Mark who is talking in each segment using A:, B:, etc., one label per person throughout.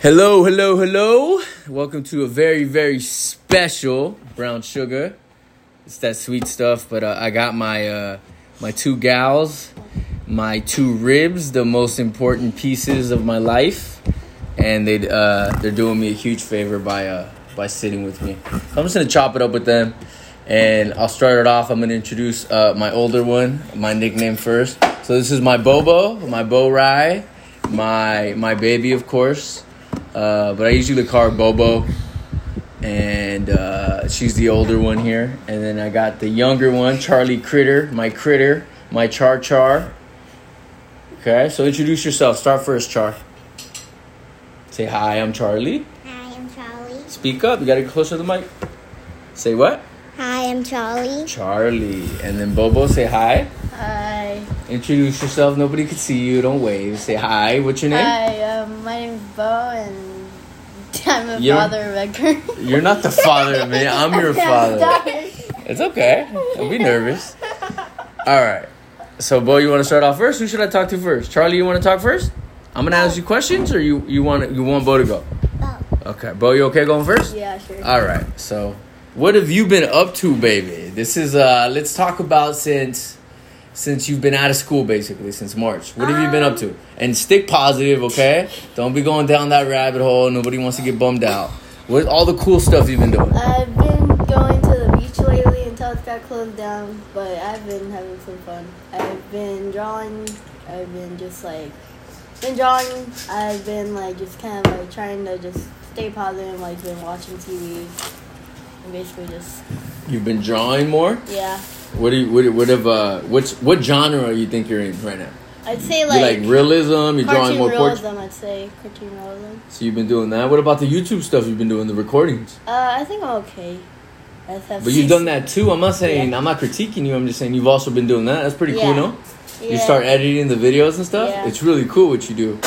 A: Hello, hello, hello. Welcome to a very, very special brown sugar. It's that sweet stuff, but uh, I got my uh, my two gals, my two ribs, the most important pieces of my life, and they uh, they're doing me a huge favor by uh, by sitting with me. So I'm just gonna chop it up with them, and I'll start it off. I'm gonna introduce uh, my older one, my nickname first. So this is my Bobo, my Bo Rye, my my baby, of course. Uh, but I usually call her Bobo, and uh, she's the older one here. And then I got the younger one, Charlie Critter, my Critter, my Char Char. Okay, so introduce yourself. Start first, Char. Say hi. I'm Charlie.
B: Hi, I'm Charlie.
A: Speak up. You gotta get closer to the mic. Say what?
B: Hi, I'm Charlie.
A: Charlie. And then Bobo. Say hi.
C: Hi.
A: Introduce yourself. Nobody can see you. Don't wave. Say hi. What's your name?
C: Hi, um, my name's Bo, and I'm a
A: You're-
C: father of record.
A: You're not the father of me. I'm your father.
C: Sorry.
A: It's okay. Don't be nervous. All right. So, Bo, you want to start off first? Who should I talk to first? Charlie, you want to talk first? I'm gonna ask you questions, or you you want you want Bo to go?
B: Bo.
A: Okay, Bo, you okay going first?
C: yeah, sure.
A: All right. So, what have you been up to, baby? This is uh, let's talk about since since you've been out of school, basically since March. What have you been up
C: Um,
A: to? And stick positive, okay? Don't be going down that rabbit hole. Nobody wants to get bummed out. What all the cool stuff you've been doing?
C: I've been going to the beach lately until it got closed down, but I've been having some fun. I've been drawing. I've been just like been drawing. I've been like just kind of like trying to just stay positive. Like been watching TV. And basically just
A: You've been drawing more.
C: yeah.
A: What do you what, what have uh what's what genre you think you're in right now?
C: I'd say
A: you like
C: like,
A: realism, you're drawing
C: cartoon
A: more portraits.
C: realism. I'd say cartoon realism.
A: So you've been doing that. What about the YouTube stuff you've been doing, the recordings?
C: Uh, I think I'm okay. I just have
A: But you've done that too. I'm not saying
C: Yeah.
A: I'm not critiquing you, I'm just saying you've also been doing that. That's pretty cool,
C: Yeah.
A: no?
C: Yeah.
A: You start editing the videos and stuff.
C: Yeah.
A: It's really cool what you do.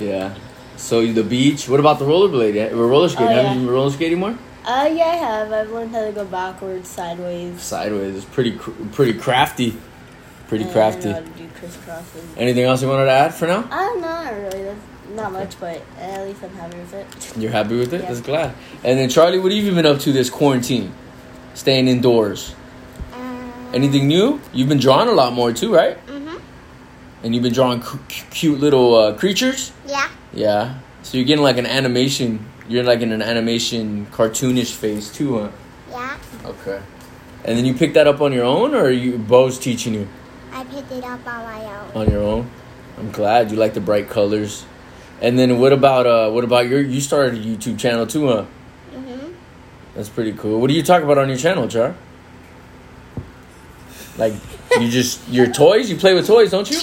A: yeah. So you- the beach. What about the rollerblade? Or roller skating?
C: Oh,
A: Haven't
C: yeah.
A: you been roller skating more?
C: Uh, yeah, I have. I've learned how to go backwards, sideways.
A: Sideways. It's pretty cr- pretty crafty. Pretty
C: and
A: crafty.
C: I know how to do crisscrosses.
A: Anything else you wanted to add for now?
C: I'm not really. That's not much, but at least I'm happy with it.
A: You're happy with it?
C: Yeah.
A: That's glad. And then Charlie, what have you been up to this quarantine? Staying indoors.
B: Um,
A: Anything new? You've been drawing a lot more too, right?
B: mhm.
A: And you've been drawing cu- cu- cute little uh, creatures.
B: Yeah.
A: Yeah. So you're getting like an animation. You're like in an animation cartoonish phase too, huh?
B: Yeah.
A: Okay. And then you picked that up on your own, or you Bo's teaching you
B: I picked it up on my own.
A: on your own? I'm glad you like the bright colors. And then what about uh what about your you started a YouTube channel too, huh?
B: Mhm.
A: That's pretty cool. What do you talk about on your channel, Char? Like you just your toys? You play with toys, don't you?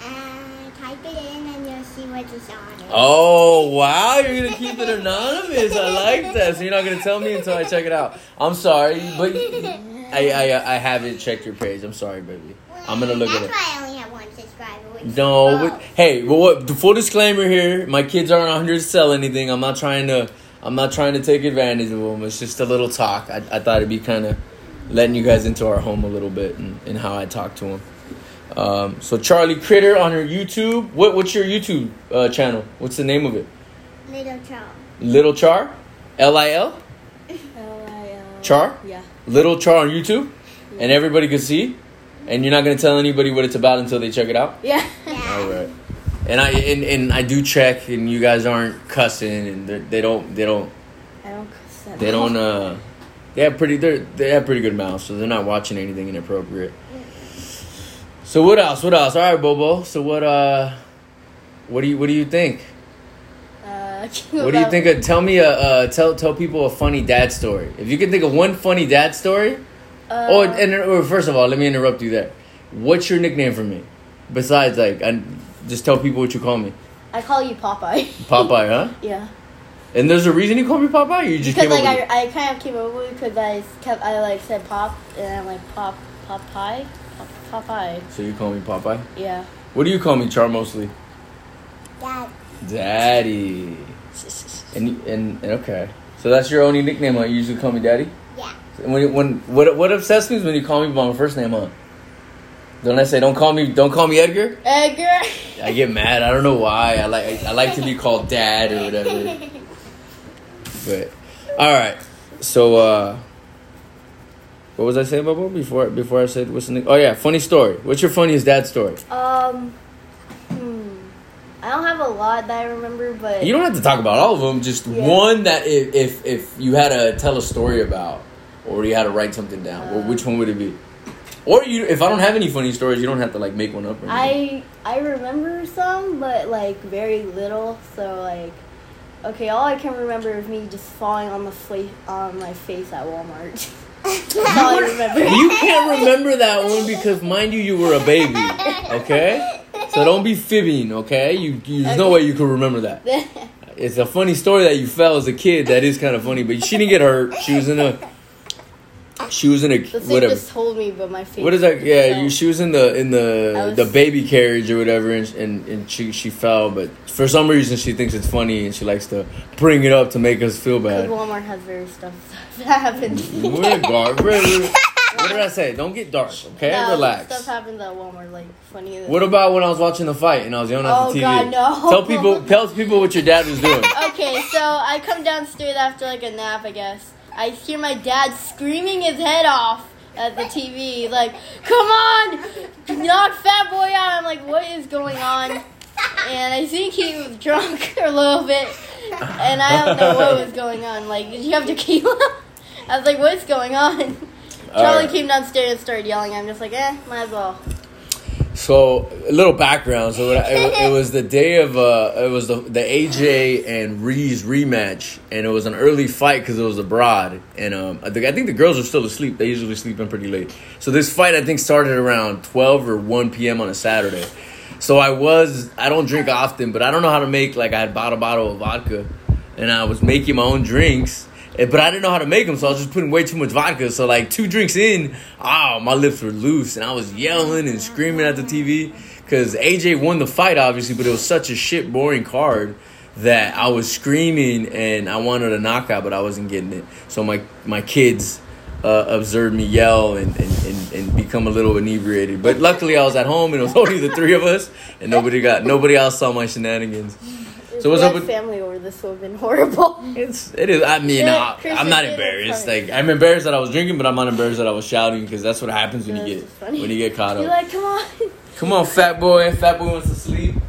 B: And type it in, and you'll see what is on it.
A: Oh wow, you're gonna keep it anonymous. I like that. So you're not gonna tell me until I check it out. I'm sorry, Uh, but I I, I haven't checked your page. I'm sorry, baby. I'm gonna look at
B: That's
A: it.
B: That's why I only have one subscriber. Which
A: No,
B: is
A: but, hey, well, what, the full disclaimer here: my kids aren't on here to sell anything. I'm not trying to. I'm not trying to take advantage of them. It's just a little talk. I, I thought it'd be kind of letting you guys into our home a little bit and, and how I talk to them. Um, so Charlie Critter on her YouTube. What what's your YouTube uh, channel? What's the name of it?
B: Little Charles.
A: Little Char, L I L
C: Oh, I, uh,
A: Char?
C: Yeah.
A: Little Char on YouTube, and everybody can see. And you're not gonna tell anybody what it's about until they check it out.
C: Yeah.
B: Yeah.
A: All right. And I and, and I do check, and you guys aren't cussing, and they're- they don't they don't
C: I don't cuss that
A: they don't
C: much.
A: uh they have pretty they they have pretty good mouths, so they're not watching anything inappropriate. So what else? What else? All right, Bobo. So what uh what do you what do you think?
C: Uh,
A: What do you think? Of, tell me a uh, tell tell people a funny dad story. If you can think of one funny dad story.
C: Uh,
A: Oh, and and- or first of all, let me interrupt you there. What's your nickname for me? Besides, like, I, just tell people what you call me.
C: I call you Popeye.
A: Popeye, huh?
C: yeah.
A: And there's a reason you call me Popeye. Or you just
C: Because
A: came
C: like
A: up with
C: I, I kind of came over with because I kept I like said pop and I'm like pop Popeye pop, Popeye
A: it. So you call me Popeye.
C: yeah.
A: What do you call me, Char? Mostly,
B: Dad.
A: Daddy. And and, and okay. So that's your only nickname. Huh? You usually call me Daddy.
B: Yeah.
A: And when when what what upsets me is when you call me by my first name, huh? Don't I say don't call me don't call me Edgar?
C: Edgar.
A: I get mad. I don't know why. I like I like to be called dad or whatever. But all right. So uh what was I saying about before before I said what's the name? Oh yeah, funny story. What's your funniest dad story?
C: Um, hmm. I don't have a lot that I remember, but
A: You don't have to talk about all of them. Just
C: Yeah.
A: one that if, if if you had to tell a story about, or you had to write something down, well,
C: Uh.
A: which one would it be? Or you, if I don't have any funny stories, you don't have to like make one up. Or anything.
C: I I remember some, but like very little. So like, okay, all I can remember is me just falling on the fla- on my face at Walmart. That's all I remember.
A: You can't remember that one because, mind you, you were a baby. Okay, so don't be fibbing. Okay, you, you there's no way you could remember that. It's a funny story that you fell as a kid. That is kind of funny, but she didn't get hurt. She was in a, she was in a
C: the thing
A: whatever.
C: just told me, but my face.
A: What is that? Yeah,
C: fell.
A: you, she was in the in the
C: I was-
A: the baby carriage or whatever, and, and and she she fell, but for some reason she thinks it's funny and she likes to bring it up to make us feel
C: 'Cause
A: bad.
C: Walmart has very stuff that happens.
A: We're dark. We're, we're- what did I say? Don't get dark, okay?
C: No, Stuff
A: Relax.
C: happens at Walmart, like funny.
A: What about when I was watching the fight and I was yelling at
C: Oh,
A: the TV?
C: God, no.
A: Tell people tell people what your dad was doing.
C: okay, so I come downstairs after like a nap, I guess. I hear my dad screaming his head off at the TV, like, "Come on, knock Fat Boy out!" I'm like, "What is going on?" And I think he was drunk a little bit, and I don't know what was going on. Like, did you have tequila? I was like, "What's going on?" Charlie
A: right.
C: came downstairs and started yelling. I'm just like, "Eh, might as well."
A: So a little background. So it, it, it was the day of uh, it was the the AJ and Reeves rematch, and it was an early fight because it was abroad, and um, I think I think the girls are still asleep. They usually sleep in pretty late. So this fight I think started around twelve or one p.m. on a Saturday. So I was I don't drink often, but I don't know how to make like I had bought a bottle of vodka, and I was making my own drinks. eh, But I didn't know how to make them, so I was just putting way too much vodka. So like two drinks in, ah, my lips were loose, and I was yelling and screaming at the TV because AJ won the fight, obviously, but it was such a shit boring card that I was screaming and I wanted a knockout, but I wasn't getting it. So my my kids uh, observed me yell and, and, and, and become a little inebriated. But luckily, I was at home and it was only the three of us, and nobody got nobody else saw my shenanigans.
C: If
A: So what's
C: we
A: up
C: had
A: with-
C: family over this would have been horrible.
A: It's it is. I mean,
C: Yeah,
A: I,
C: Christian
A: I'm not
C: did it.
A: embarrassed.
C: Funny.
A: Like I'm embarrassed that I was drinking, but I'm not embarrassed that I was shouting because that's what happens when
C: That's
A: you get
C: just funny.
A: when you get caught
C: You're
A: up.
C: like, "Come on."
A: Come on, fat boy. Fat boy wants to sleep.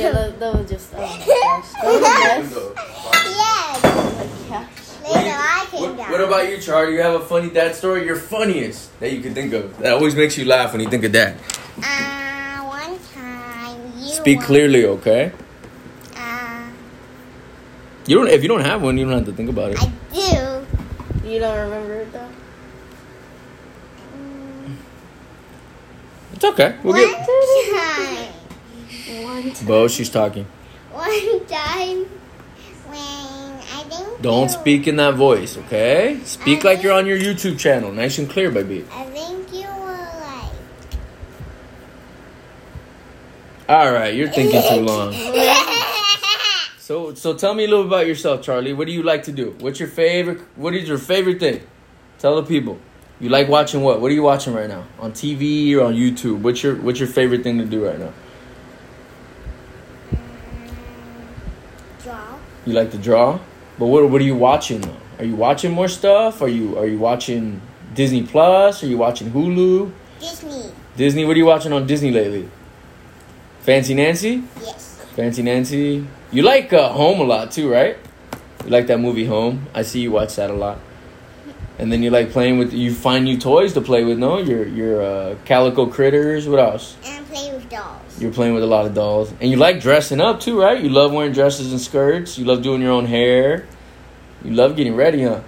C: Yeah, that, that was just. Oh my gosh. That was
B: yes.
C: the best. Yeah.
B: Later I came
A: What,
B: down.
A: what about you, Char? Do you have a funny dad story? Your funniest that you can think of. That always makes you laugh when you think of dad.
B: Uh, one time you.
A: Speak
B: were-
A: clearly, okay?
B: Uh,
A: You don't. If you don't have one, you don't have to think about it.
B: I do.
C: You don't remember it though?
B: Mm,
A: It's okay. We'll
B: one
A: get.
B: time.
C: One time.
A: Bo, she's talking.
B: One time when I think. you-
A: Don't speak in that voice, okay? Speak like you're on your YouTube channel, nice and clear, baby.
B: I think you were like.
A: All right, you're thinking too long.
B: I
A: So, so tell me a little about yourself, Charlie. What do you like to do? What's your favorite? What is your favorite thing? Tell the people. You like watching what? What are you watching right now? On TV or on YouTube? What's your What's your favorite thing to do right now?
B: draw.
A: You like to draw, but what What are you watching though? Are you watching more stuff? Are you Are you watching Disney Plus? Are you watching Hulu?
B: Disney.
A: Disney? What are you watching on Disney lately? Fancy Nancy?
B: Yes.
A: Fancy Nancy? You like uh, Home a lot too, right? You like that movie Home. I see you watch that a lot. And then you like playing with you find new toys to play with, no? Your your uh, calico critters, what else?
B: And play with dolls.
A: You're playing with a lot of dolls. And you like dressing up too, right? You love wearing dresses and skirts. You love doing your own hair. You love getting ready, huh?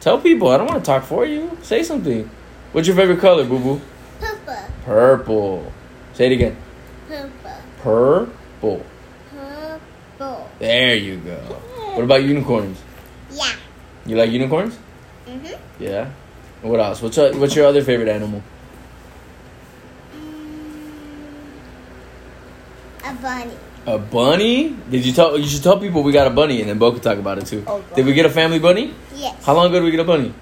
A: Tell people, I don't want to talk for you. Say something. What's your favorite color, boo boo?
B: Purple.
A: Purple. Say it again.
B: Purple.
A: Purple.
B: Purple.
A: There you go. What about unicorns?
B: Yeah.
A: You like unicorns?
B: Mhm.
A: Yeah. And What else? What's your, what's your other favorite animal?
B: Mm, A bunny.
A: A bunny? Did you tell? You should tell people we got a bunny, and then Bo could talk about it too.
C: Oh, God. Um,
A: did we get a family bunny?
B: Yes.
A: How long ago did we get a bunny?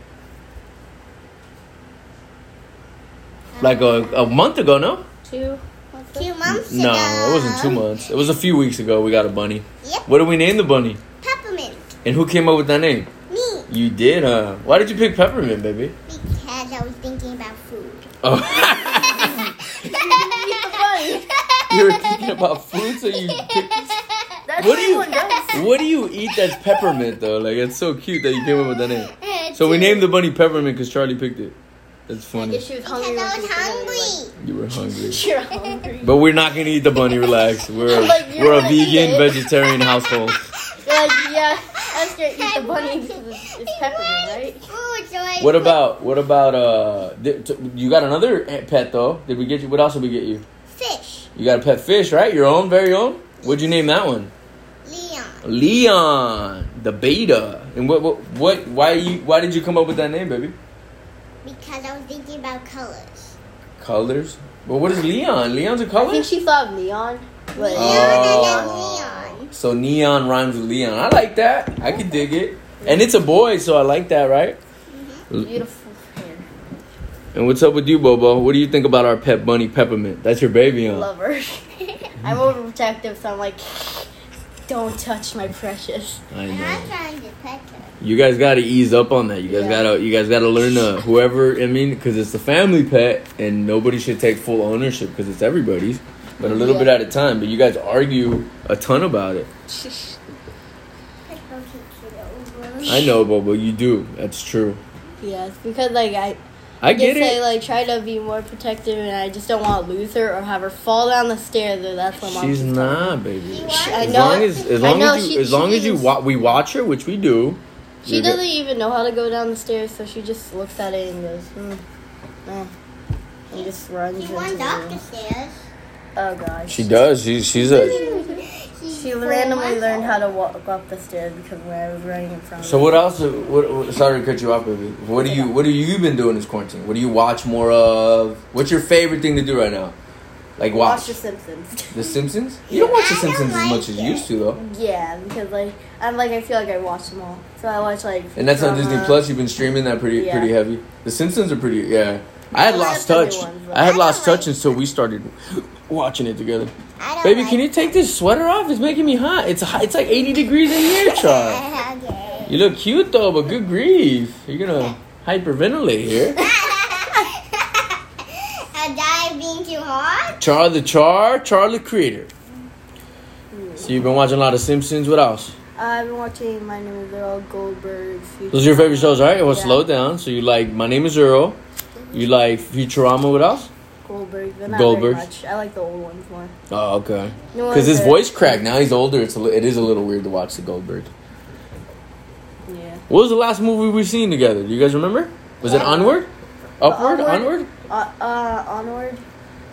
A: Like a, a month ago, no?
C: two months ago.
B: Two months
A: No,
B: ago.
A: it wasn't two months. It was a few weeks ago we got a bunny.
B: Yep,
A: What did we name the bunny?
B: peppermint.
A: And who came up with that name?
B: Me,
A: You did, huh? Why did you pick peppermint, baby?
B: because I was thinking about food.
A: Oh,
C: Funny.
A: you were thinking about food, so you. Picked...
C: That's
A: What do you-
C: everyone does.
A: What do you eat that's peppermint though? Like it's so cute that you came up with that name. So we named the bunny peppermint because Charlie picked it. That's
C: I
A: funny.
C: guess she was
B: Because
C: hungry.
B: I
C: like,
B: was
C: she said,
B: hungry.
A: You were hungry.
C: like, You're hungry.
A: But we're not gonna eat the bunny. Relax. We're
C: Like, you're
A: we're a
C: gonna eat
A: vegan
C: it.
A: vegetarian household.
C: They're like, yeah, I was gonna eat the bunny because it's, it's peppermint, right?
B: Food, so I
A: What
B: put-
A: about what about uh? di- t- You got another pet though? Did we get you? What else did we get you?
B: fish?
A: You got a pet fish, right? Your own, very own. What'd you name that one?
B: Leon.
A: Leon, the beta. And what what what? Why you? Why did you come up with that name, baby?
B: Because I was thinking about colors.
A: Colors. Well, what is Leon? Leon's a
C: I
A: color.
C: think she thought of neon, but
A: Oh.
B: Leon and then Leon.
A: So neon rhymes with Leon. I like that. I can dig it. And it's a boy, so I like that, right?
C: beautiful hair.
A: And what's up with you, Bobo? What do you think about our pet bunny Peppermint? That's your baby, huh?
C: Love her. I'm overprotective, so I'm like, don't touch my precious.
A: I
B: And
A: know.
B: I'm trying to pet her.
A: You guys gotta ease up on that. You guys
C: Yeah.
A: gotta you guys gotta learn to whoever I mean, because it's the family pet, and nobody should take full ownership because it's everybody's, but a little
C: Yeah.
A: bit at a time. But you guys argue a ton about it.
B: Put her to the over.
A: I know, Bobo. You do. That's true.
C: Yes, because like I,
A: I
C: I
A: get
C: just
A: it.
C: say like try to be more protective, and I just don't want to lose her or have her fall down the stairs. Or that's what mom.
A: She's
C: was-
A: not, baby.
B: She- I
A: as
C: know-
A: long as as
C: I
A: long
C: know
A: as you
C: she-
A: as long as you
C: she's-
A: wa- we watch her, which we do.
C: She
A: you're good.
C: doesn't even know how to go down the stairs, so she just looks at it and goes, mm, eh, and just runs.
B: She
C: into
B: runs
C: the
B: off
C: room.
B: the stairs.
C: Oh gosh.
A: She does. She's she's a.
C: She randomly learned how to walk up the stairs because when I was running in front.
A: So
C: of her.
A: what else? What, what, sorry to cut you off, baby. What do you What have you been doing this quarantine? What do you watch more of? What's your favorite thing to do right now? Like
C: Watch
A: watch
C: The Simpsons.
A: The Simpsons. You don't watch The
B: I don't
A: Simpsons as
B: like
A: much as you
B: it.
A: used to though,
C: yeah, because like I'm like I feel like I watched them all, so I watch like.
A: and that's on Disney
C: drama.
A: Plus. You've been streaming that pretty
C: Yeah.
A: pretty heavy. The Simpsons are pretty. Yeah, I had
C: I
A: lost
C: like the new
A: touch.
C: ones, though.
A: I
B: I
A: had
B: don't
A: lost
B: like
A: touch until we started watching it together.
B: I don't
A: Baby,
B: like
A: can you take this sweater off? It's making me hot. It's hot. It's like 80 degrees in here, child.
B: Okay.
A: You look cute though, but good grief, you're gonna hyperventilate here.
B: Am I being too hard?
A: Char the Char, Char the Creator. So you've been watching a lot of Simpsons. What else?
C: I've been watching My Name Is Earl Goldberg. Future.
A: Those are your favorite shows, right? Well,
C: Yeah.
A: slow down. So you like My Name Is Earl. You like Futurama. What else?
C: Goldberg, but not
A: Goldberg.
C: very much. I like the old ones more.
A: Oh, okay.
C: No
A: Because his
C: other-
A: voice cracked. Now he's older. It's a li- it is a little weird to watch the Goldberg.
C: Yeah.
A: What was the last movie we seen together? Do you guys remember? Was it Onward? Upward?
C: Uh, Onward.
A: Onward?
C: Uh, uh, onward.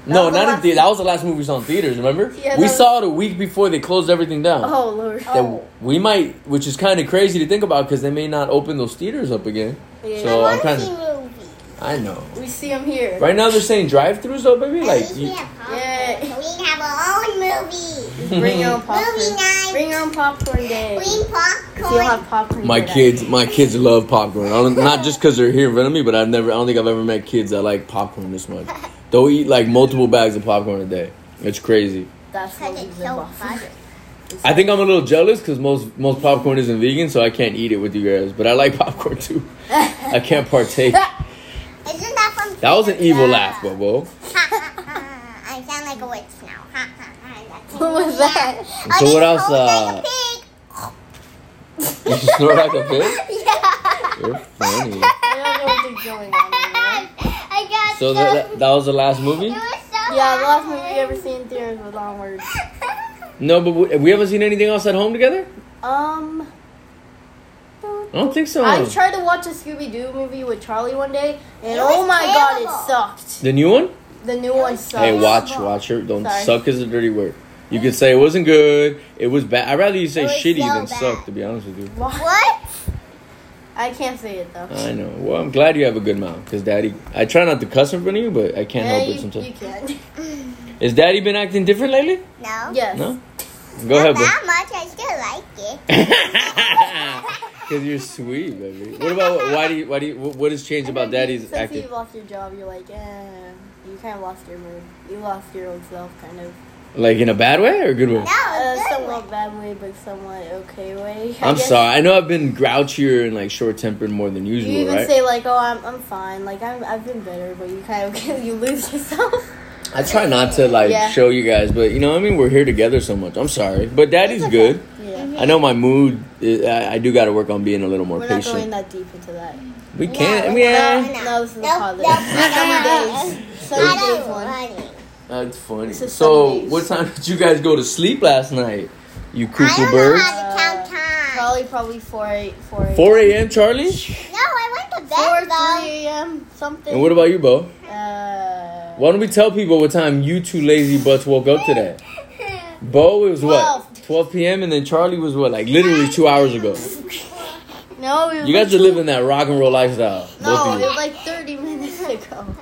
A: No,
C: was the
A: not in
C: last-
A: theaters. That was the last movie we saw in theaters. Remember?
C: Yeah,
A: we
C: that was-
A: saw it a week before they closed everything down.
C: Oh lord.
A: That
C: Oh.
A: we might, which is kind of crazy to think about, because they may not open those theaters up again.
C: Oh, Yeah.
A: So
B: I
A: I'm
B: want
A: kind
B: to see
A: of,
B: movies.
A: I know.
C: We see him here.
A: Right now they're saying drive-throughs though, baby.
B: At
A: Like,
B: least we
A: you,
B: have popcorn,
C: Yeah.
B: so we can have our own movie.
C: Bring your own
B: Movie
C: popcorn.
B: night.
C: Bring your own popcorn day.
B: Green
C: So you'll
B: popcorn.
C: have popcorn.
A: my
C: for that.
A: kids, my kids love popcorn. I don't, not just because they're here in front of me, but I've never, I don't think I've ever met kids that like popcorn this much. They'll eat like multiple bags of popcorn a day. It's crazy.
C: That's what
B: Because
C: we
B: it's
C: live
B: so
C: off.
B: fun.
A: I think I'm a little jealous because most most popcorn isn't vegan, so I can't eat it with you guys. But I like popcorn too. I can't partake.
B: Isn't that fun?
A: That was an evil laugh, Bobo.
B: I sound like a witch now.
C: What was that?
B: I
A: So what
B: just
A: else,
B: sound
A: uh,
B: Like a
A: You snore like a pig.
B: pig. yeah.
A: You're funny.
C: I don't know what's going on. anymore.
B: I got
A: So
B: so.
A: that, that was the last movie.
B: it was so.
C: Yeah, the last movie
B: hard.
C: we ever seen in theaters was Onward.
A: No, but we, we haven't seen anything else at home together.
C: Um,
A: I don't think so.
C: I tried to watch a Scooby Doo movie with Charlie one day, and
B: It was
C: oh my
B: terrible.
C: god, it sucked.
A: the new one.
C: The new one sucked.
A: Hey, watch, watch her. Don't
C: Sorry.
A: suck is a dirty word. You could say it wasn't good. It was bad. I'd rather you say
B: It was
A: shitty
B: so
A: than
B: bad.
A: suck. To be honest with you,
C: Wa-
B: what?
C: I can't say it though.
A: I know. Well, I'm glad you have a good mouth, cause Daddy. I try not to cuss in front of you, but I can't
C: Yeah,
A: help
C: you,
A: it sometimes.
C: you can.
A: Has Daddy been acting different lately?
B: No.
C: yes.
A: No.
B: Not
A: Go ahead, bro.
B: that much. I still like it.
A: Cause you're sweet, baby. What about why do you why do you wh- what has changed about
C: Maybe
A: Daddy's
C: Since
A: acting?
C: you've lost your job, you're like, eh. you kind of lost your mood. You lost your old self, kind of.
A: Like in a bad way or a good way?
B: Oh,
C: Uh,
B: That was
C: somewhat bad way, but somewhat okay way. I
A: I'm
C: guess.
A: sorry. I know I've been grouchier and like short tempered more than
C: You
A: usual,
C: even
A: right?
C: say like, "Oh, I'm, I'm fine. Like I'm I've been better," but you kind of you lose yourself.
A: I try not to like
C: Yeah.
A: show you guys, but you know, what I mean, we're here together so much. I'm sorry, but Daddy's
C: It's okay.
A: good.
C: Yeah,
A: I know my mood. i I, I do got to work on being a little more
C: we're not going
A: patient.
C: that deep into that.
A: we can't.
B: No,
A: yeah,
B: no.
C: No, this is
B: Nope,
C: holiday.
B: nope,
C: Summer days. Summer
B: I
C: days
B: don't
C: one.
B: want it.
A: that's funny.
C: This is
A: So,
C: Sundays.
A: what time did you guys go to sleep last night? You
B: I
A: cuckoo
B: don't know
A: birds.
B: how to count time.
C: Uh, Probably probably four eight four eight.
A: 4 a.m. Charlie.
B: No, I went to
C: Four
B: bed
C: three
B: though.
C: a.m. something.
A: And what about you, Bo?
C: uh,
A: Why don't we tell people what time you two lazy butts woke up today? Bo it was what? 12 p.m. and then Charlie was what? Like literally two hours ago.
C: No, it was
A: You guys are
C: like,
A: living that rock and roll lifestyle.
C: No,
A: Both of
C: it
A: you.
C: was like thirty minutes ago.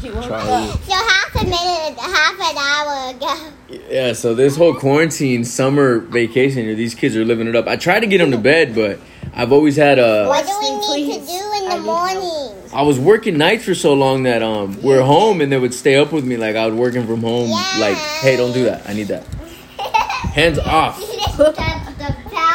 C: She woke
A: Charlie.
C: up.
B: So half a minute, half an hour ago.
A: Yeah, so this whole quarantine summer vacation here, these kids are living it up. I tried to get them to bed, but I've always had a.
B: What do we
C: Resting,
B: need to
C: please.
B: do in
C: I
B: the
C: need
B: morning?
A: I was working nights for so long that um we're home and they would stay up with me like I was working from home. Like, hey, don't do that. I need that. Hands off.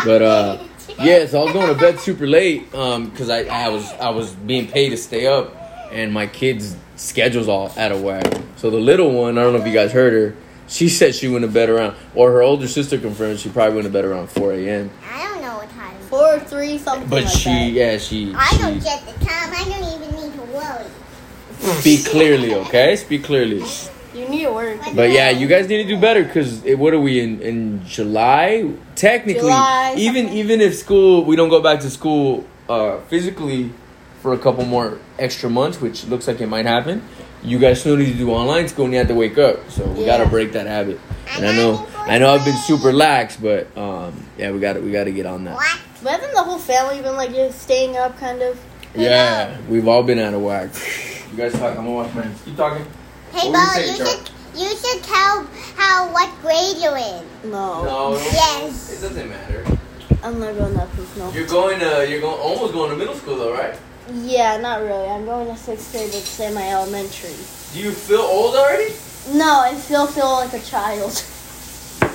A: But uh, yeah, so I was going to bed super late um because I, I was I was being paid to stay up and my kids' schedules all out of whack. So the little one, I don't know if you guys heard her. She said she went to bed around, or her older sister confirmed she probably went to bed around 4 a.m.
B: I don't know what time.
C: Four three something.
A: But
C: like
A: she,
C: that.
A: yeah, she.
B: I don't
A: she-
B: get the time. I don't even need to worry.
A: Speak clearly, okay? Speak clearly.
C: You need to work.
A: But yeah, you guys need to do better because what are we in in July? Technically,
C: July,
A: even
C: something.
A: even if school we don't go back to school uh, physically for a couple more extra months, which looks like it might happen. You guys still need to do online school and you have to wake up. So we gotta
C: Yeah.
A: break that habit. And I know I know I've been super lax, but um, yeah, we gotta we gotta get on that.
B: What?
C: But haven't the whole family been like just staying up, kind of?
A: Yeah, we've all been out of whack. You guys talk. I'm gonna watch my keep talking.
B: Hey,
A: What
B: Bo,
A: were you saying,
B: you
A: Char?
B: should you should tell how what grade you're in.
C: No.
A: No,
B: Yes.
A: it doesn't matter.
C: I'm not going up with no.
A: You're going to you're going almost going to middle school though, right?
C: Yeah, not really. I'm going to sixth grade, but semi elementary.
A: Do you feel old already? Do
C: No, I still feel like a child.
A: you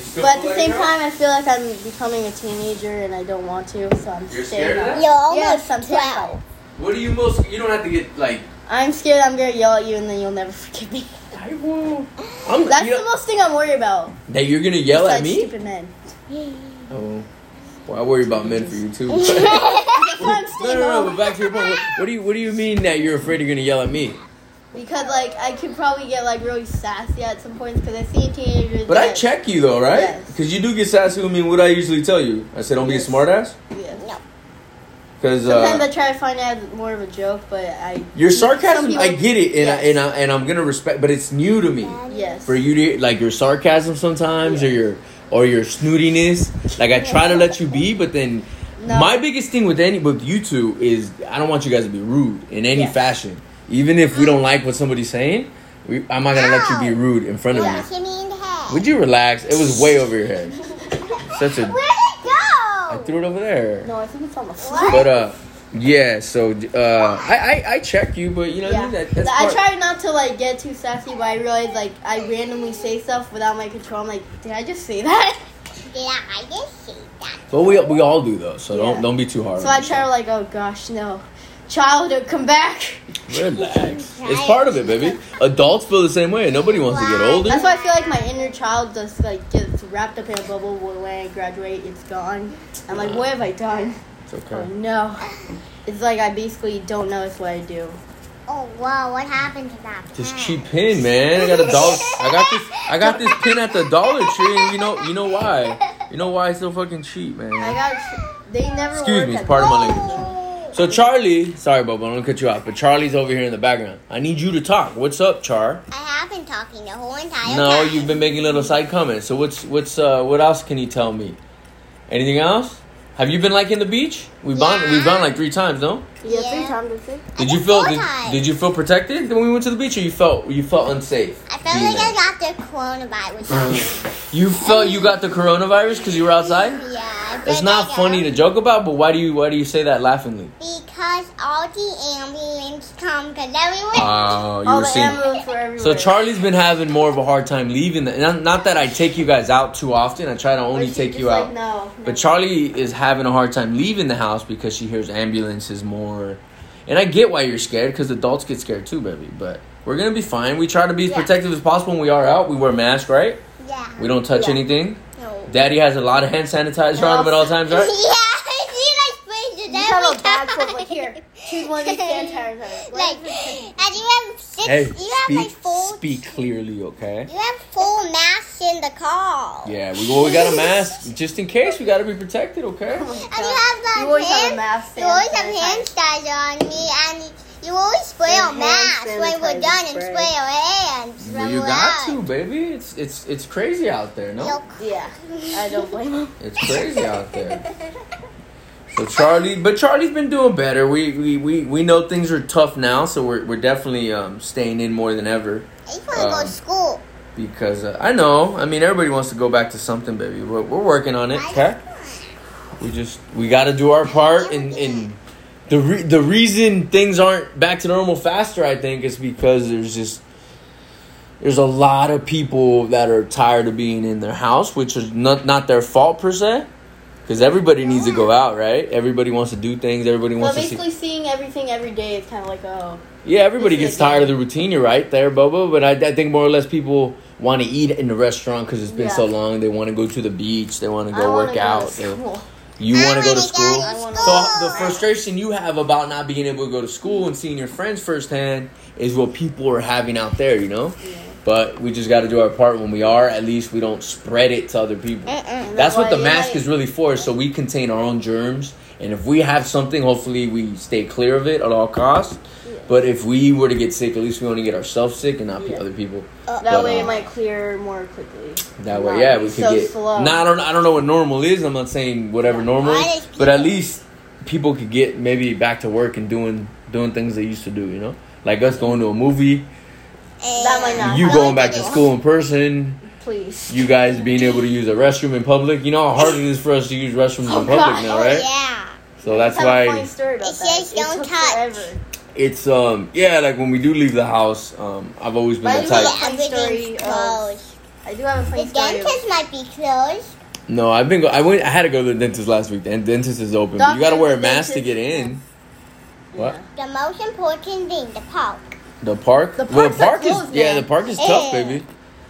A: still
C: But
A: feel
C: at the
A: like
C: same
A: you're-
C: time, I feel like I'm becoming a teenager and I don't want to, so I'm
A: You're scared
C: staying
A: of
C: up.
A: that?
B: You're almost
C: Yes, I'm
B: twelve.
C: terrified.
A: what are you most? You don't have to get like.
C: I'm scared I'm gonna yell at you and then you'll never forgive me.
A: I will. I'm,
C: That's
A: you know-
C: the most thing I'm worried about.
A: that you're gonna yell at
C: besides
A: me.
C: Stupid men.
A: Oh, well, I worry about men for you too. no,
C: That's why I'm
A: no,
C: staying
A: no. But
C: home.
A: back to your point. What, what do you What do you mean that you're afraid you're gonna yell at me?
C: Because like I could probably get like really sassy at some points because I see teenagers.
A: But I
C: that-
A: check you though, right?
C: Yes.
A: Because you do get sassy with me. What I usually tell you, I say, don't
C: Yes.
A: be a smartass.
C: Yeah.
B: No.
A: Because
C: Sometimes
A: uh,
C: I try to find out it's more of a joke, but I.
A: your sarcasm,
C: Some
A: I
C: people-
A: get it, and I
C: Yes.
A: and I and I'm gonna respect. But it's new to me.
C: Yes.
A: for you to like your sarcasm sometimes or your or your snootiness. Like I try to let you be, but then
C: No.
A: my biggest thing with any with you two is I don't want you guys to be rude in any
C: Yes.
A: fashion. Even if we don't like what somebody's saying, we, I'm not gonna let you be
B: Ow.
A: rude in front of
B: Yeah.
A: me.
B: Hit me in the head.
A: Would you relax? It was way over your head. Such a
B: Where'd it
A: I
B: go?
A: threw it over there.
C: No, I think it's on the floor.
B: What?
A: But uh, yeah. So uh, I, I I check you, but you know what I
C: Yeah,
A: mean? that, that's
C: I
A: part.
C: try not to like get too sassy, but I realize like I randomly say stuff without my control. I'm like, did I just say that?
B: Did I just see that?
A: But we we all do though, so don't
C: Yeah.
A: don't be too hard.
C: So
A: on
C: I
A: yourself.
C: try to like, oh gosh, no, childhood, come back.
A: Relax. It's part of it, baby. Adults feel the same way. Nobody wants to get older.
C: That's why I feel like my inner child just like gets wrapped up in a bubble. When when I graduate, it's gone. I'm like, what have I done?
A: It's
C: Oh
A: okay.
C: no, it's like I basically don't notice what I do.
B: Oh wow, what happened to that?
A: This
B: pen?
A: cheap pin, man. I got a dollar. I got this. I got this pin at the Dollar Tree, and you know, you know why? You know why it's so fucking cheap,
C: I
A: man.
C: got. They never.
A: Excuse
C: work
A: me,
C: at
A: it's part of my language.
B: Oh.
A: So Charlie, sorry, Bobo, I'm gonna cut you off, but Charlie's over here in the background. I need you to talk. What's up, Char?
B: I have been talking the whole entire
A: No,
B: time.
A: you've been making little side comments. So what's what's uh what else can you tell me? Anything else? Have you been liking the beach? We bonded. We bonded like three times, no?
C: Yeah,
B: Yeah.
C: three times I think.
A: Did
B: I
A: you
B: got
A: feel
B: four
A: did,
B: times.
A: did you feel protected when we went to the beach, or you felt you felt unsafe?
B: I felt
A: being
B: like I got the coronavirus.
A: there? You felt you got the coronavirus because you were outside.
B: yeah, I
A: It's not funny to joke about, but why do you why do you say that laughingly?
B: because because all the ambulance come because everyone.
A: Oh, you
C: All
A: were
C: the
A: seeing.
C: ambulance were everywhere.
A: So Charlie's been having more of a hard time leaving. The, not, not that I take you guys out too often. I try to
C: But
A: only
C: she's
A: take
C: just
A: you
C: like,
A: out.
C: No, no.
A: But Charlie is having a hard time leaving the house because she hears ambulances more. And I get why you're scared because adults get scared too, baby. But we're gonna be fine. We try to be as
B: Yeah.
A: protective as possible when we are out. We wear masks, right?
B: Yeah.
A: We don't touch
C: Yeah.
A: anything.
B: No.
A: Daddy has a lot of hand sanitizer
C: Yeah.
A: on him at all times,
B: yeah,
A: right?
B: you guys bring it
C: You have
B: every
C: a bad
B: time.
C: problem. Like, here, choose one of these hand sanitizers.
B: Like, and you have six. you have like four.
A: clearly, okay?
B: You have full masks in the car.
A: Yeah, we well, we got a mask just in case. We got to be protected, okay?
B: And you have the
C: You always have a
B: hand,
C: mask.
B: you always
C: and
B: have hand
C: sanitizer.
B: sanitizer on me, and you always spray
C: And
B: our
C: hand
B: masks when we're
C: sanitizer
B: done and
C: spray.
B: spray our hands.
A: Well, you got to, baby. It's it's it's crazy out there, no?
C: Yeah, I don't blame you.
A: It's crazy out there. So Charlie, but Charlie's been doing better. We we, we, we know things are tough now, so we're, we're definitely um, staying in more than ever
B: You want to go
A: Um,
B: to school.
A: because uh, I know. I mean, everybody wants to go back to something, baby. We're, we're working on it. Okay, we just we got to do our part, and and the re- the reason things aren't back to normal faster, I think, is because there's just there's a lot of people that are tired of being in their house, which is not not their fault per se, because everybody needs to go out, right? Everybody wants to do things. Everybody
C: Well,
A: wants to see.
C: basically, seeing everything every day is kind of like, oh,
A: Yeah, everybody
C: It's
A: gets
C: like-
A: tired of the routine. You're right there, Bobo. But I, I think more or less people want to eat in the restaurant because it's been so
C: Yeah.
A: long. They want to go to the beach. They want to
C: I
A: go
C: want
A: work
C: to go
A: out.
C: to school.
A: They- you
B: I
A: want to go to
B: wanna
A: school.
B: to
C: I wanna-
A: So the
B: school.
A: frustration you have about not being able to go to school and seeing your friends firsthand is what people are having out there. You know.
C: Yeah.
A: But we just got to do our part when we are. At least we don't spread it to other people.
B: Mm-mm.
C: And
A: That's what
C: why
A: the
C: you
A: mask
C: like-
A: is really for, so we contain our own germs. And if we have something, hopefully we stay clear of it at all costs. But if we were to get sick, at least we want to get ourselves sick and not be
C: Yeah.
A: other people.
C: That
A: But,
C: way,
A: uh,
C: it might clear more quickly.
A: That way,
C: Not
A: yeah,
C: be
A: we could
C: so
A: get.
C: slow.
A: Nah, I don't. I don't know what normal is. I'm not saying whatever
C: Yeah.
A: normal,
B: Why
A: is,
B: does
A: but at
B: people-
A: least people could get maybe back to work and doing doing things they used to do. You know, like us going to a movie,
C: That might not
A: you
C: I
A: going back to
B: Yeah.
A: school in person,
C: Please.
A: you guys being able to use a restroom in public. You know how hard it is for us to use restrooms
C: Oh,
A: in public
C: God.
A: now,
B: Oh,
A: right?
B: yeah.
A: So that's
C: Tell
A: why.
C: a funny story about
B: It
C: that.
B: says don't
C: it took
B: touch.
C: forever.
A: It's um yeah, like when we do leave the house, um I've always been
C: Why
A: the
C: do we
A: type.
C: get-
B: Yeah,
C: story
B: everything's
C: of-
B: closed.
C: I do have a
B: The
C: funny story. of-
B: dentist might be closed.
A: No, I've been. Go- I went. I had to go to the dentist last week. The dentist is open. but you got to
C: Doctor,
A: wear a
C: the
A: mask to
C: dentist.
A: get in. What?
C: Yeah.
B: The most important thing, the park.
A: The park.
C: The
A: well,
C: parks are
A: park is
C: closed,
A: yeah.
C: man. Eh.
A: The park is tough,
B: Yeah.
A: baby.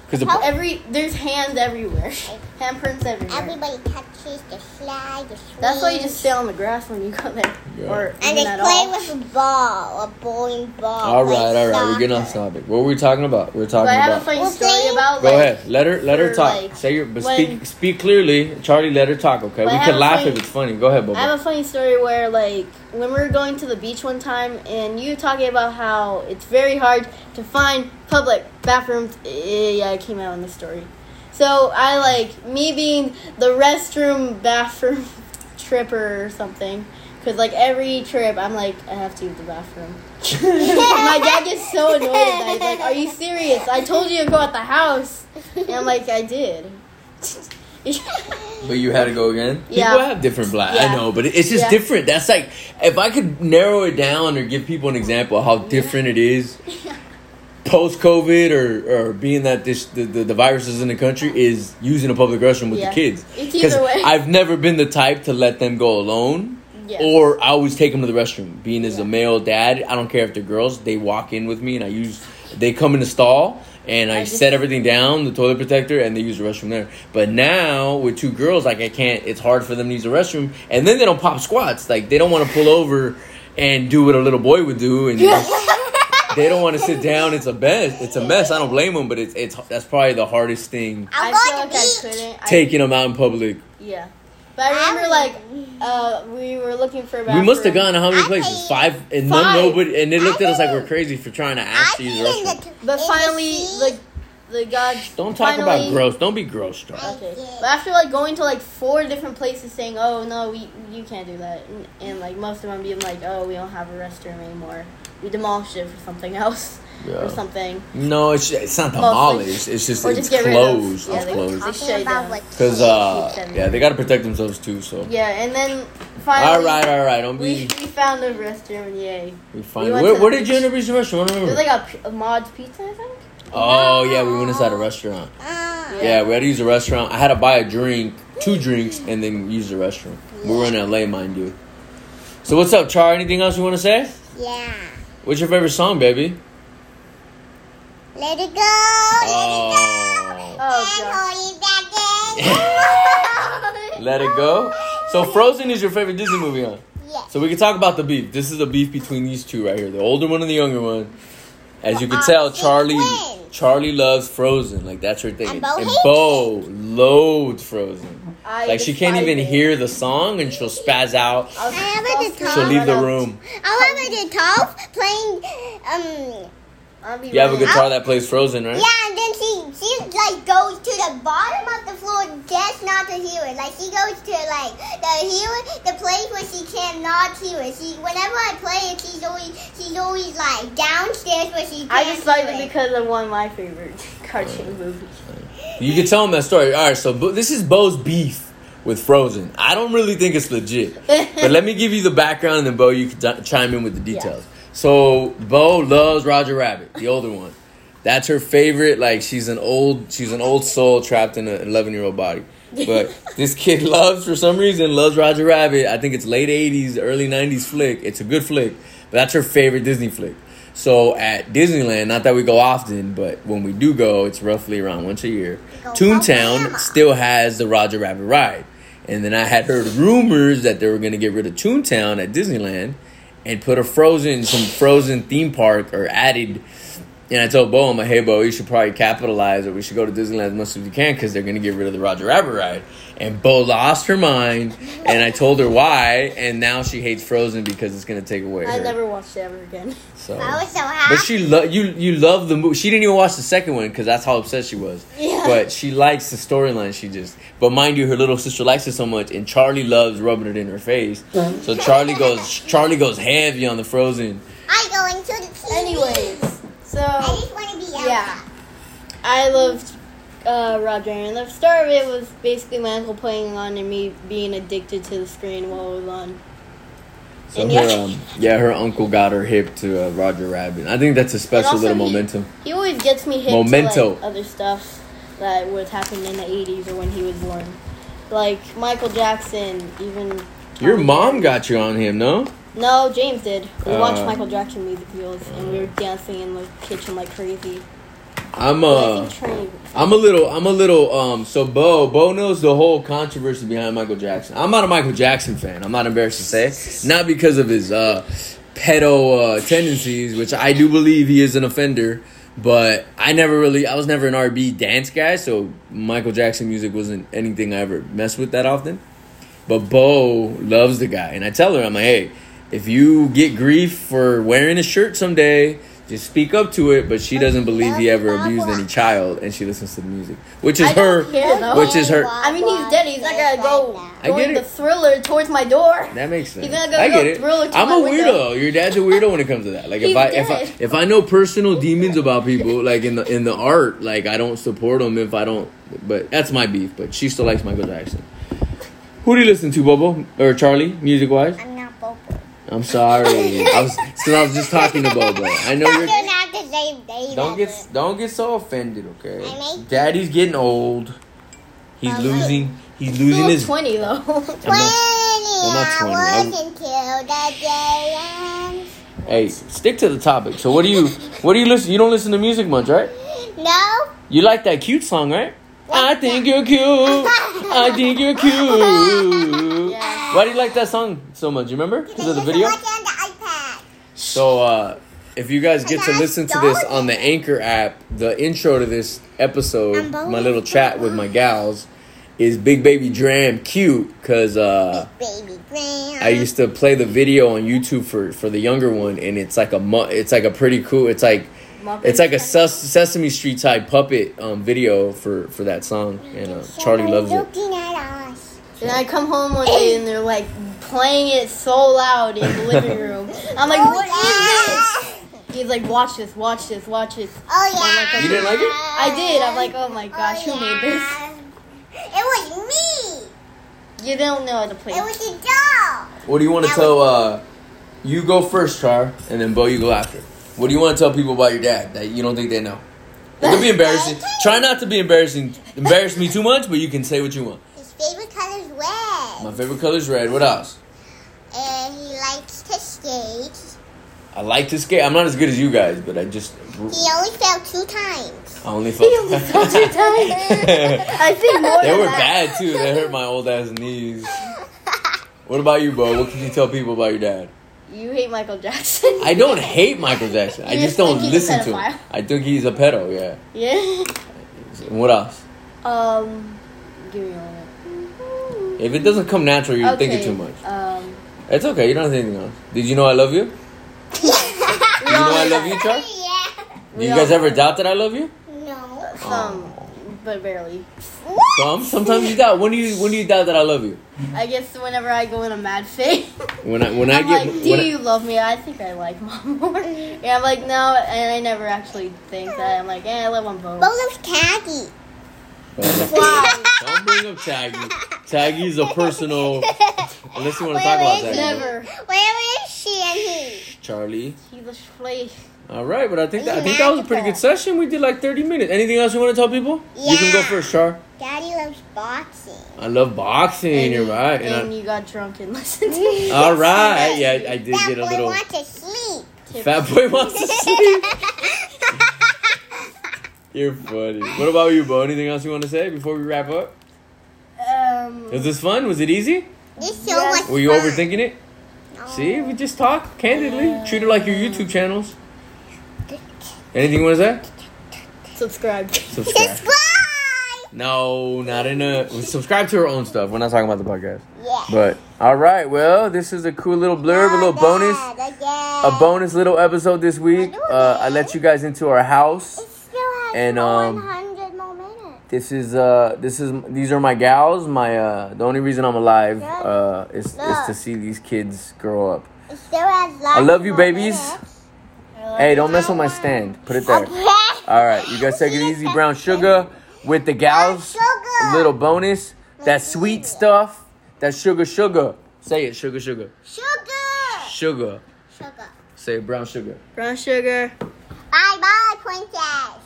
A: Because the
B: How-
A: par-
C: Every there's hands everywhere, handprints everywhere.
B: Everybody touches the slide, the swing.
C: That's why you just stay on the grass when you go there,
A: Yeah.
C: or
B: And they
C: even at
B: play
C: all.
B: with a ball, a bowling ball.
A: all
B: play
A: right, all right. We're gonna
B: soccer.
A: stop it. What were we talking about? We are
C: But
A: talking
C: I have a
A: about.
C: funny
B: Well,
C: story
B: see?
C: about
A: Go
C: like
A: ahead. Let her. Let her
C: for,
A: talk.
C: like,
A: Say your. But
C: when-
A: speak. Speak clearly, Charlie. Let her talk. Okay.
C: But I
A: we
C: have
A: can
C: a
A: laugh
C: funny-
A: if it's funny. Go ahead,
C: I have
A: Bobo.
C: a funny story where, like, when we were going to the beach one time, and you were talking about how it's very hard to find public bathrooms. Eh, Yeah, I came out in the story. So I like me being the restroom bathroom tripper or something, because like every trip I'm like I have to use the bathroom. My dad gets so annoyed. That he's like, "Are you serious? I told you to go at the house," and I'm like, "I did."
A: But you had to go again.
C: Yeah.
A: People have different black. I
C: Yeah.
A: know, but it- it's just
C: Yeah.
A: different. That's like if I could narrow it down or give people an example of how different it is post COVID or or being that this the, the, the virus is in the country is using a public restroom with
C: Yeah.
A: the kids.
C: It's either way.
A: I've never been the type to let them go alone.
C: Yeah.
A: Or I always take them to the restroom. Being as a
C: Yeah.
A: male dad, I don't care if they're girls. They walk in with me, and I use. They come in the stall, and I,
C: I just-
A: set everything down, the toilet protector, and they use the restroom there. But now with two girls, like I can't. It's hard for them to use the restroom, and then they don't pop squats. Like they don't want to pull over and do what a little boy would do, and they don't want to sit down. It's a mess. It's a mess. I don't blame them, but it's it's that's probably the hardest thing.
B: I'm
C: I feel
B: going
C: like
B: to
C: I
B: beach.
C: couldn't. I-
A: Taking them out in public.
C: Yeah. But I remember like uh we were looking for a
A: We
C: bathroom.
A: must have gone to how many
B: I
A: places?
B: think-
A: Five, and no
C: Five.
A: nobody, and they looked at us like we're
B: I
A: crazy for trying to ask
B: I've
A: to use
B: been
A: the
B: in the,
A: restroom.
B: t-
C: But
B: in
C: finally
B: the
C: the the god
A: Don't talk
C: finally-
A: about gross. Don't be gross, Charlie.
C: Okay. But after like going to like four different places saying, "Oh no, we you can't do that," and, and like most of them being like, "Oh, we don't have a restroom anymore. We demolished it for something else." or
A: Yeah.
C: something.
A: No, it's it's not
C: Mostly.
A: demolished. It's just
C: Or
A: it's
C: just get rid of-
A: closed.
C: yeah,
A: it's
C: they-
A: closed.
C: They shut
B: Talking
C: it
B: about
C: down.
B: what
A: Cause
B: keep
A: uh,
B: them
A: yeah, they gotta protect themselves too. So
C: Yeah, and then
A: all
C: finally,
A: right, all right, don't
C: we, we
A: be.
C: found a restaurant. Yay!
A: We find
C: we went
A: where,
C: to
A: where
C: the
A: did you end up reaching the restaurant? I don't
C: It was
A: remember.
C: like a, p- a Mod's Pizza, I think.
A: Oh yeah, we went inside a restaurant.
B: Ah,
A: Yeah, we had to use a restaurant. I had to buy a drink, two drinks, and then use the restroom. We were in LA, mind you. So what's up, Char? Anything else you want to say?
B: yeah.
A: What's your favorite song, baby?
B: Let it go. Let it go.
A: Oh.
C: Oh,
B: and
C: God.
B: hold it back in.
A: Let it go. So Frozen is your favorite Disney movie, huh?
B: yes.
A: So we can talk about the beef. This is the beef between these two right here, the older one and the younger one. As you can tell, Charlie
B: twins.
A: Charlie loves Frozen, like that's her thing.
B: And Bo
A: and
B: hates
A: Bo loads Frozen.
C: I
A: Like she can't
C: despise
A: even
C: it.
A: hear the song, and she'll spaz out.
C: I was
B: I have it to
C: so
A: She'll leave the
C: screwed up.
A: room.
B: I remember the top playing, um,
C: I'll be
A: You have a
C: right back.
A: guitar that plays Frozen, right?
B: yeah, and then she, she like goes to the bottom of the floor just not to hear it. Like she goes to like the hear the place where she cannot hear it. She whenever I play it, she's always she's always like downstairs where she. Can't
C: I just like
B: hear
C: it because of one of my favorite cartoon movies.
A: You can tell him that story. All right, so Bo- this is Bo's beef with Frozen. I don't really think it's legit, but let me give you the background, and then Bo, you can di- chime in with the details. So Bo loves Roger Rabbit, the older one. That's her favorite. Like she's an old, she's an old soul trapped in an eleven-year-old body. But this kid loves, for some reason, loves Roger Rabbit. I think it's late '80s, early '90s flick. It's a good flick, but that's her favorite Disney flick. So at Disneyland, not that we go often, but when we do go, it's roughly around once a year.
B: Go
A: Toontown
B: Alabama.
A: still has the Roger Rabbit ride. And then I had heard rumors that they were going to get rid of Toontown at Disneyland and put a Frozen, some Frozen theme park or added. And I told Bo, I'm like, hey, Bo, you should probably capitalize or we should go to Disneyland as much as we can because they're going to get rid of the Roger Rabbit ride. And Bo lost her mind. And I told her why. And now she hates Frozen because it's going to take away.
C: I
A: her.
C: never watched it ever again.
A: So.
B: I was so
A: But
B: happy.
A: she lo- you you love the movie. She didn't even watch the second one because that's how upset she was.
C: Yeah.
A: But she likes the storyline. She just. But mind you, her little sister likes it so much, and Charlie loves rubbing it in her face. So Charlie goes Charlie goes heavy on the Frozen.
B: I going to the TV.
C: Anyways,
B: I
C: so
B: just want to be Elsa.
C: yeah, I loved uh, Roger, and the start of it was basically my uncle putting it on and me being addicted to the screen while it was on.
A: So
C: And
A: her
C: yeah.
A: um, yeah her uncle got her hip to uh, Roger Rabbit. I think that's a special
C: also
A: little
C: he-
A: momentum.
C: He always gets me hit to
A: Memento.
C: like, other stuff that was happening in the '80s or when he was born, like Michael Jackson, even.
A: Your
C: Tom
A: mom
C: Petty.
A: got you on him, no?
C: No, James did. We watched
A: Uh,
C: Michael Jackson music videos and we were dancing in the kitchen like crazy.
A: I'm
C: I
A: uh
C: think Train.
A: I'm a little I'm a little um so Bo Bo knows the whole controversy behind Michael Jackson. I'm not a Michael Jackson fan. I'm not embarrassed to say. Not because of his uh pedo uh, tendencies, which I do believe he is an offender, but I never really I was never an RB dance guy, so Michael Jackson music wasn't anything I ever messed with that often. But Bo loves the guy, and I tell her, I'm like, hey, if you get grief for wearing a shirt someday, just speak up to it. But she doesn't believe he ever abused any child, and she listens to the music, which is
C: I don't
A: her.
C: care, though.
A: Which is her.
C: I mean, he's dead. He's not gonna go
A: I get
C: going
A: it.
C: the thriller towards my door.
A: That makes sense.
C: He's gonna go
A: I get
C: go
A: it.
C: through it to
A: I'm
C: my
A: a
C: window.
A: weirdo. Your dad's a weirdo when it comes to that. Like if
C: He's
A: I if I
C: dead.
A: if I know personal demons about people, like in the in the art, like I don't support them if I don't. But that's my beef. But she still likes Michael Jackson. Who do you listen to, Bobo or Charlie, music wise?
B: I'm not Bobo.
A: I'm sorry. I was so I was just talking to Bobo. I know
B: You
A: you're.
B: don't have to say they
A: Don't
B: never.
A: get don't get so offended,
B: I
A: okay?
B: make-
A: Daddy's getting old. He's losing. He's losing
C: Still
A: his. I'm
C: twenty though.
A: not-
B: 20
A: I'm not 20.
B: hours
A: I'm-
B: until the day ends.
A: hey, stick to the topic. So what do you what do you listen? You don't listen to music much, right?
B: No?
A: You like that cute song, right? I think you're cute. I think you're cute.
C: yeah.
A: Why do you like that song so much? You remember? Because of the video.
B: Watch it on the iPad.
A: So uh if you guys get to listen to this on the Anchor app, the intro to this episode, my little chat with my gals, is Big Baby Dram cute because uh,
B: Baby Graham.
A: I used to play the video on YouTube for for the younger one, and it's like a mu- it's like a pretty cool it's like it's like a ses- Sesame Street type puppet um, video for for that song, and uh, Charlie loves it.
B: Looking at us.
C: And I come home one day and they're
B: Oh,
C: like playing it so loud in the living room. I'm like, what is this? He's like, watch this, watch this, watch this.
B: Oh yeah.
A: You didn't like it?
C: I did. I'm like, oh my gosh,
B: oh,
C: who made this?
B: yeah. It was me.
C: You don't know how to play.
B: It was a doll.
A: What do you want to
B: That
A: tell? Uh, you go first, Char, and then Bo, you go after. What do you want to tell people about your dad that you don't think they know? It could be embarrassing. Try not to be embarrassing. Embarrass me too much, but you can say what you want.
B: His favorite color is red,
A: My favorite color is red. What else?
B: and he likes to skate.
A: I like to skate. I'm not as good as you guys, but I just
B: He only fell two times.
A: I only felt.
C: He only fell two times. I think more
A: they
C: than
A: were
C: that.
A: bad too. They hurt my old ass knees. What about you, Bo? What can you tell people about your dad?
C: You hate Michael Jackson.
A: I don't hate Michael Jackson. I
C: You
A: just
C: just think
A: don't
C: he's a
A: listen to
C: pedophile.
A: him. I think he's a pedo. Yeah.
C: yeah.
A: And what else?
C: Um, give me a moment.
A: If it doesn't come natural, you're thinking too much.
C: Um,
A: It's okay. You don't think anything else. Did you know I love you? Did you know I love you, Char?
B: yeah.
A: Do you guys ever doubt that I love you?
B: No.
C: some,
A: Oh.
C: but barely.
B: What?
A: Some. Sometimes you doubt. When do you when do you doubt that I love you?
C: I guess whenever I go in a mad phase,
A: When I when I
C: I'm
A: get
C: like,
A: when
C: "Do
A: I-
C: you love me?" I think I like mom more. Yeah, I'm like, no, and I never actually think that. I'm like, eh, I love them both.
B: Both of khaki.
A: Don't bring up Taggy. Taggy's a personal. Unless you want to talk about
B: Where
A: that.
B: is
C: Never.
B: Where is she and he?
A: Charlie.
C: He's a slave.
A: All right, but I think that, I think that was a pretty good session. We did like 30 minutes. Anything else you want to tell people? You can go
B: Yeah.
A: first, Char.
B: Daddy loves boxing.
A: I love boxing. you're right.
C: And,
A: And
C: you got drunk and listened to me.
A: I, all right. Yeah, I did
B: That
A: get a
B: boy
A: little.
B: wants to sleep.
A: Fat boy wants to sleep. You're funny. What about you, Bo? Anything else you want to say before we wrap up?
C: Um,
A: Was this fun? Was it easy?
B: This so
C: Yes.
B: much
A: Were you
B: fun.
A: overthinking it? See, we just talk candidly. Treat it like your YouTube channels. Anything you want to say?
C: subscribe.
A: Subscribe.
B: Subscribe.
A: No, not in a. Subscribe to her own stuff. We're not talking about the podcast.
B: Yeah.
A: But all right, well, this is a cool little blurb, a little bonus, a
B: bonus.
A: bonus little episode this week. Uh, I let you guys into our house. And,
B: And
A: um,
B: um, 100 more minutes.
A: This is uh this is these are my gals. My uh the only reason I'm alive uh is is to see these kids grow up.
B: It still has lots
A: I love you
B: more
A: babies.
B: minutes.
A: Hey, don't mess with my stand. Put it there. All right, you guys take it easy. Brown sugar with the gals. Little bonus. That sweet stuff. That sugar sugar. Say it, sugar sugar.
B: Sugar.
A: Sugar.
B: Sugar.
A: Say brown sugar.
C: Brown sugar.
B: Bye bye, princess.